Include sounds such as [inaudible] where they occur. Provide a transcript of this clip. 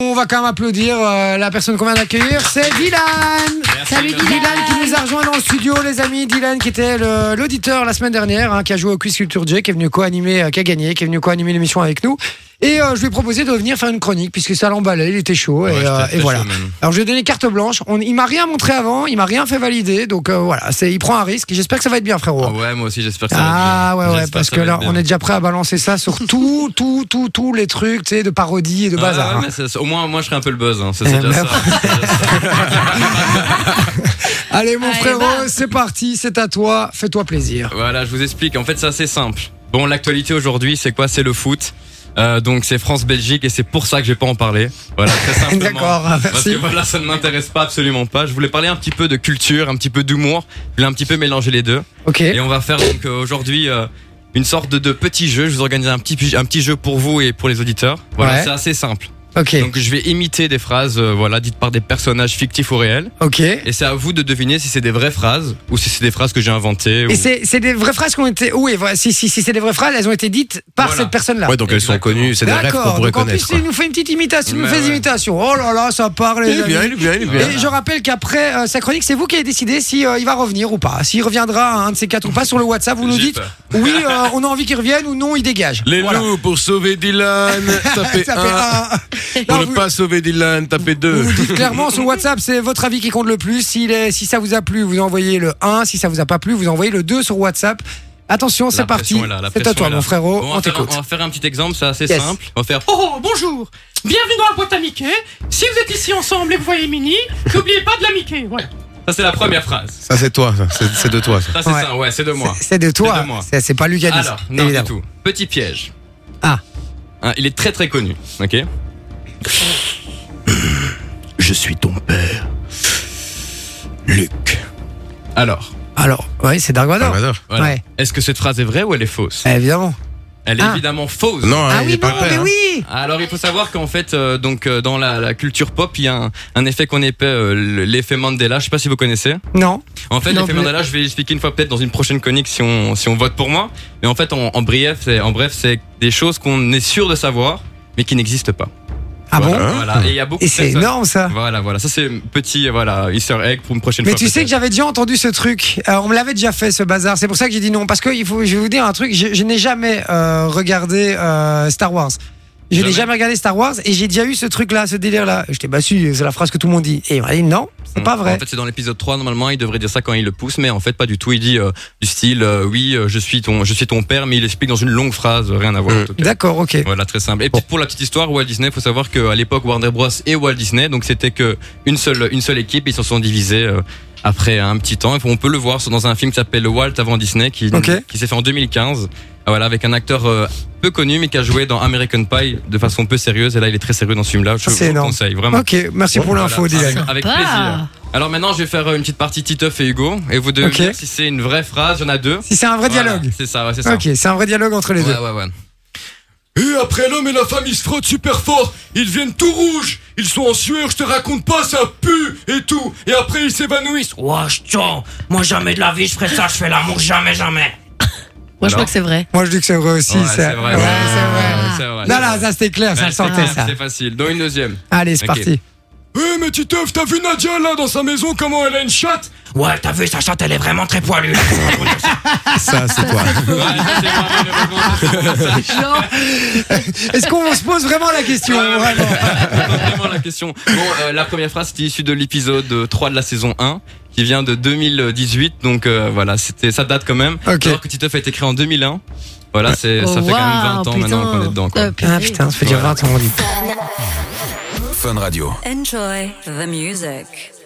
On va quand même applaudir euh, la personne qu'on vient d'accueillir, c'est Dylan Salut Dylan. Dylan qui nous a rejoint dans le studio, les amis. Dylan qui était le- l'auditeur la semaine dernière, hein, qui a joué au Quiz Culture J, qui est venu co-animer, euh, qui a gagné, qui est venu co-animer l'émission avec nous. Et euh, je lui ai proposé de venir faire une chronique, puisque ça l'emballait, il était chaud. et, Ouais, euh, j'étais et très voilà. chaud même. Alors je lui ai donné carte blanche. On, il m'a rien montré avant, il m'a rien fait valider. Donc euh, voilà, c'est, il prend un risque. J'espère que ça va être bien, frérot. Ah ouais, moi aussi j'espère que ça va Ah être bien. ouais ouais J'espère parce ça que va là être bien. on est déjà prêt à balancer ça sur [laughs] tout tout tout tous les trucs tu sais de parodie et de Ah bazar. ouais, hein. mais c'est- au moins, moi je serai un peu le buzz. hein. Ça, Eh C'est déjà ben, ça. C'est déjà ça. Allez mon Allez, frérot, va. c'est parti, c'est à toi, fais-toi plaisir. Voilà, je vous explique. En fait, c'est assez simple. Bon, l'actualité aujourd'hui, c'est quoi C'est le foot. Euh, donc c'est France-Belgique et c'est pour ça que je vais pas en parler. Voilà, [laughs] très simplement. D'accord, Parce que merci. voilà, ça ne m'intéresse pas absolument pas. Je voulais parler un petit peu de culture, un petit peu d'humour. Je voulais un petit peu mélanger les deux. Ok. Et on va faire donc euh, aujourd'hui euh, une sorte de, de petit jeu. Je vous organise un petit, un petit jeu pour vous et pour les auditeurs. Voilà, Ouais. c'est assez simple. Ok. Donc je vais imiter des phrases euh, voilà dites par des personnages fictifs ou réels Ok. et c'est à vous de deviner si c'est des vraies phrases ou si c'est des phrases que j'ai inventées ou... Et c'est c'est des vraies phrases qui ont été oui voilà, si si si c'est des vraies phrases elles ont été dites par Voilà. cette personne là. Ouais, donc elles sont Exactement. connues, c'est des rêves qu'on D'accord. pourrait Donc en plus connaître. il nous fait une petite imitation, il nous Mais fait des ouais. imitations. Oh là là ça parle. les amis. est Eh bien, il est bien. Et je rappelle qu'après euh, sa chronique, c'est vous qui avez décidé si euh, il va revenir ou pas. S'il reviendra à un de ces quatre ou pas sur le WhatsApp, vous nous J'ai dites peur. [laughs] oui, euh, on a envie qu'il revienne ou non, il dégage. Les Voilà. loups pour sauver Dylan, [laughs] tapez Ça 1. fait un. Pour Non, ne vous- pas sauver Dylan, tapez Vous 2. vous [laughs] dites clairement sur WhatsApp, c'est votre avis qui compte le plus. S'il est- si ça vous a plu, vous envoyez le 1. Si ça vous a pas plu, vous envoyez le 2 sur WhatsApp. Attention, c'est La pression parti. est là, la C'est à pression toi, est là. mon frérot. Bon, on on, va faire un, t'écoute. on va faire un petit exemple, c'est assez Yes. simple. On va faire Oh, oh, bonjour Bienvenue dans la boîte à Mickey Si vous êtes ici ensemble et que vous voyez Mini, n'oubliez pas de la Mickey voilà. ça c'est la première phrase. Ça, c'est toi, ça. C'est- c'est de toi. ça. Ça c'est Ouais. ça, ouais, c'est de moi. C'est- C'est de toi. de moi. C'est c'est pas Lucas. Alors, non du tout. Petit piège. Ah. Hein, il est très très connu. OK. Je suis ton père. Luc. Alors, Alors, oui, c'est Dark Vador. Salvador. voilà. Ouais. Est-ce que cette phrase est vraie ou elle est fausse Eh, Évidemment. Elle est Ah. évidemment fausse. Non, hein, Ah, il est oui, pas non, le père. mais hein. oui. Alors il faut savoir qu'en fait euh, donc euh, dans la, la culture pop il y a un, un effet qu'on appelle euh, l'effet Mandela. Je sais pas si vous connaissez. Non. En fait Non, l'effet mais- Mandela je vais l'expliquer une fois peut-être dans une prochaine chronique si on si on vote pour moi. Mais en fait en, en bref c'est en bref c'est des choses qu'on est sûr de savoir mais qui n'existent pas. Ah voilà, bon Voilà. Et il y a beaucoup. Et de c'est personnes- énorme ça. Voilà voilà ça c'est un petit euh, voilà Easter egg pour une prochaine Mais fois. tu sais que peut-être. j'avais déjà entendu ce truc. Euh, on me l'avait déjà fait ce bazar. C'est pour ça que j'ai dit non. Parce que il faut, je vais vous dire un truc. Je, je n'ai jamais euh, regardé euh, Star Wars. Je n'ai Jamais. jamais regardé Star Wars et j'ai déjà eu ce truc-là, ce délire-là. Je t'ai battu, c'est la phrase que tout le monde dit. Et il m'a dit non, c'est pas vrai. Mm. En fait, c'est dans l'épisode 3 normalement, il devrait dire ça quand il le pousse, mais en fait pas du tout. Il dit euh, du style euh, oui, euh, je suis ton, je suis ton père, mais il explique dans une longue phrase, rien à voir. Mm. Euh. en tout cas. D'accord, ok. [laughs] Voilà, très simple. Et puis pour la petite histoire, Walt Disney, faut savoir qu'à l'époque Warner Bros et Walt Disney, donc c'était que une seule une seule équipe, ils se sont divisés euh, après un petit temps. Et on peut le voir dans un film qui s'appelle Walt avant Disney, qui Ok. qui s'est fait en 2015. Ah, Voilà, avec un acteur euh, peu connu, mais qui a joué dans American Pie de façon peu sérieuse. Et là, il est très sérieux dans ce film-là. Ah, Je c'est vous le énorme. conseille vraiment. Ok, merci pour l'info, Voilà, [laughs] Dylan. Avec Sympa. plaisir. Alors maintenant, je vais faire euh, une petite partie Titeuf et Hugo, et vous devez Ok. me dire si c'est une vraie phrase. Il y en a deux. Si c'est un vrai Voilà, dialogue. C'est ça, ouais, c'est ça. Ok, c'est un vrai dialogue entre les Ouais, deux. ouais, ouais. Et après l'homme et la femme, ils se frottent super fort. Ils deviennent tout rouges. Ils sont en sueur, je te raconte pas, ça pue et tout. Et après, ils s'évanouissent. Wesh, tchon Moi jamais de la vie je ferai ça, je fais l'amour jamais, jamais Moi, je crois Alors que c'est [laughs] vrai. Moi, je dis que c'est vrai aussi. Ouais, ça. c'est vrai. Ouais, Ouais, c'est vrai. Ah. c'est vrai. Non, non, ça c'était clair, ça Ouais, le sentait c'est- ça. C'est facile. Dans une deuxième. Allez, c'est Ok. parti. Eh, mais tu teuf, t'as vu Nadia là dans sa maison, comment elle a une chatte Ouais, t'as vu, sa chatte elle est vraiment très poilue Ça, Ouais, ça, c'est toi. c'est moi, malheureusement, c'est Est-ce qu'on se pose vraiment la question [laughs] Ouais, ouais, ouais. vraiment vraiment la question. Bon, euh, la première phrase c'était issue de l'épisode euh, 3 de la saison 1 qui vient de 2018 donc euh, voilà c'était ça date quand même Ok. alors que Titeuf a été créé en 2001 voilà c'est ça Oh, fait quand même 20 ans waouh, maintenant qu'on est putain. dedans quoi. Euh, Ah putain, ça fait déjà 20 ans, on dit. Enjoy the music.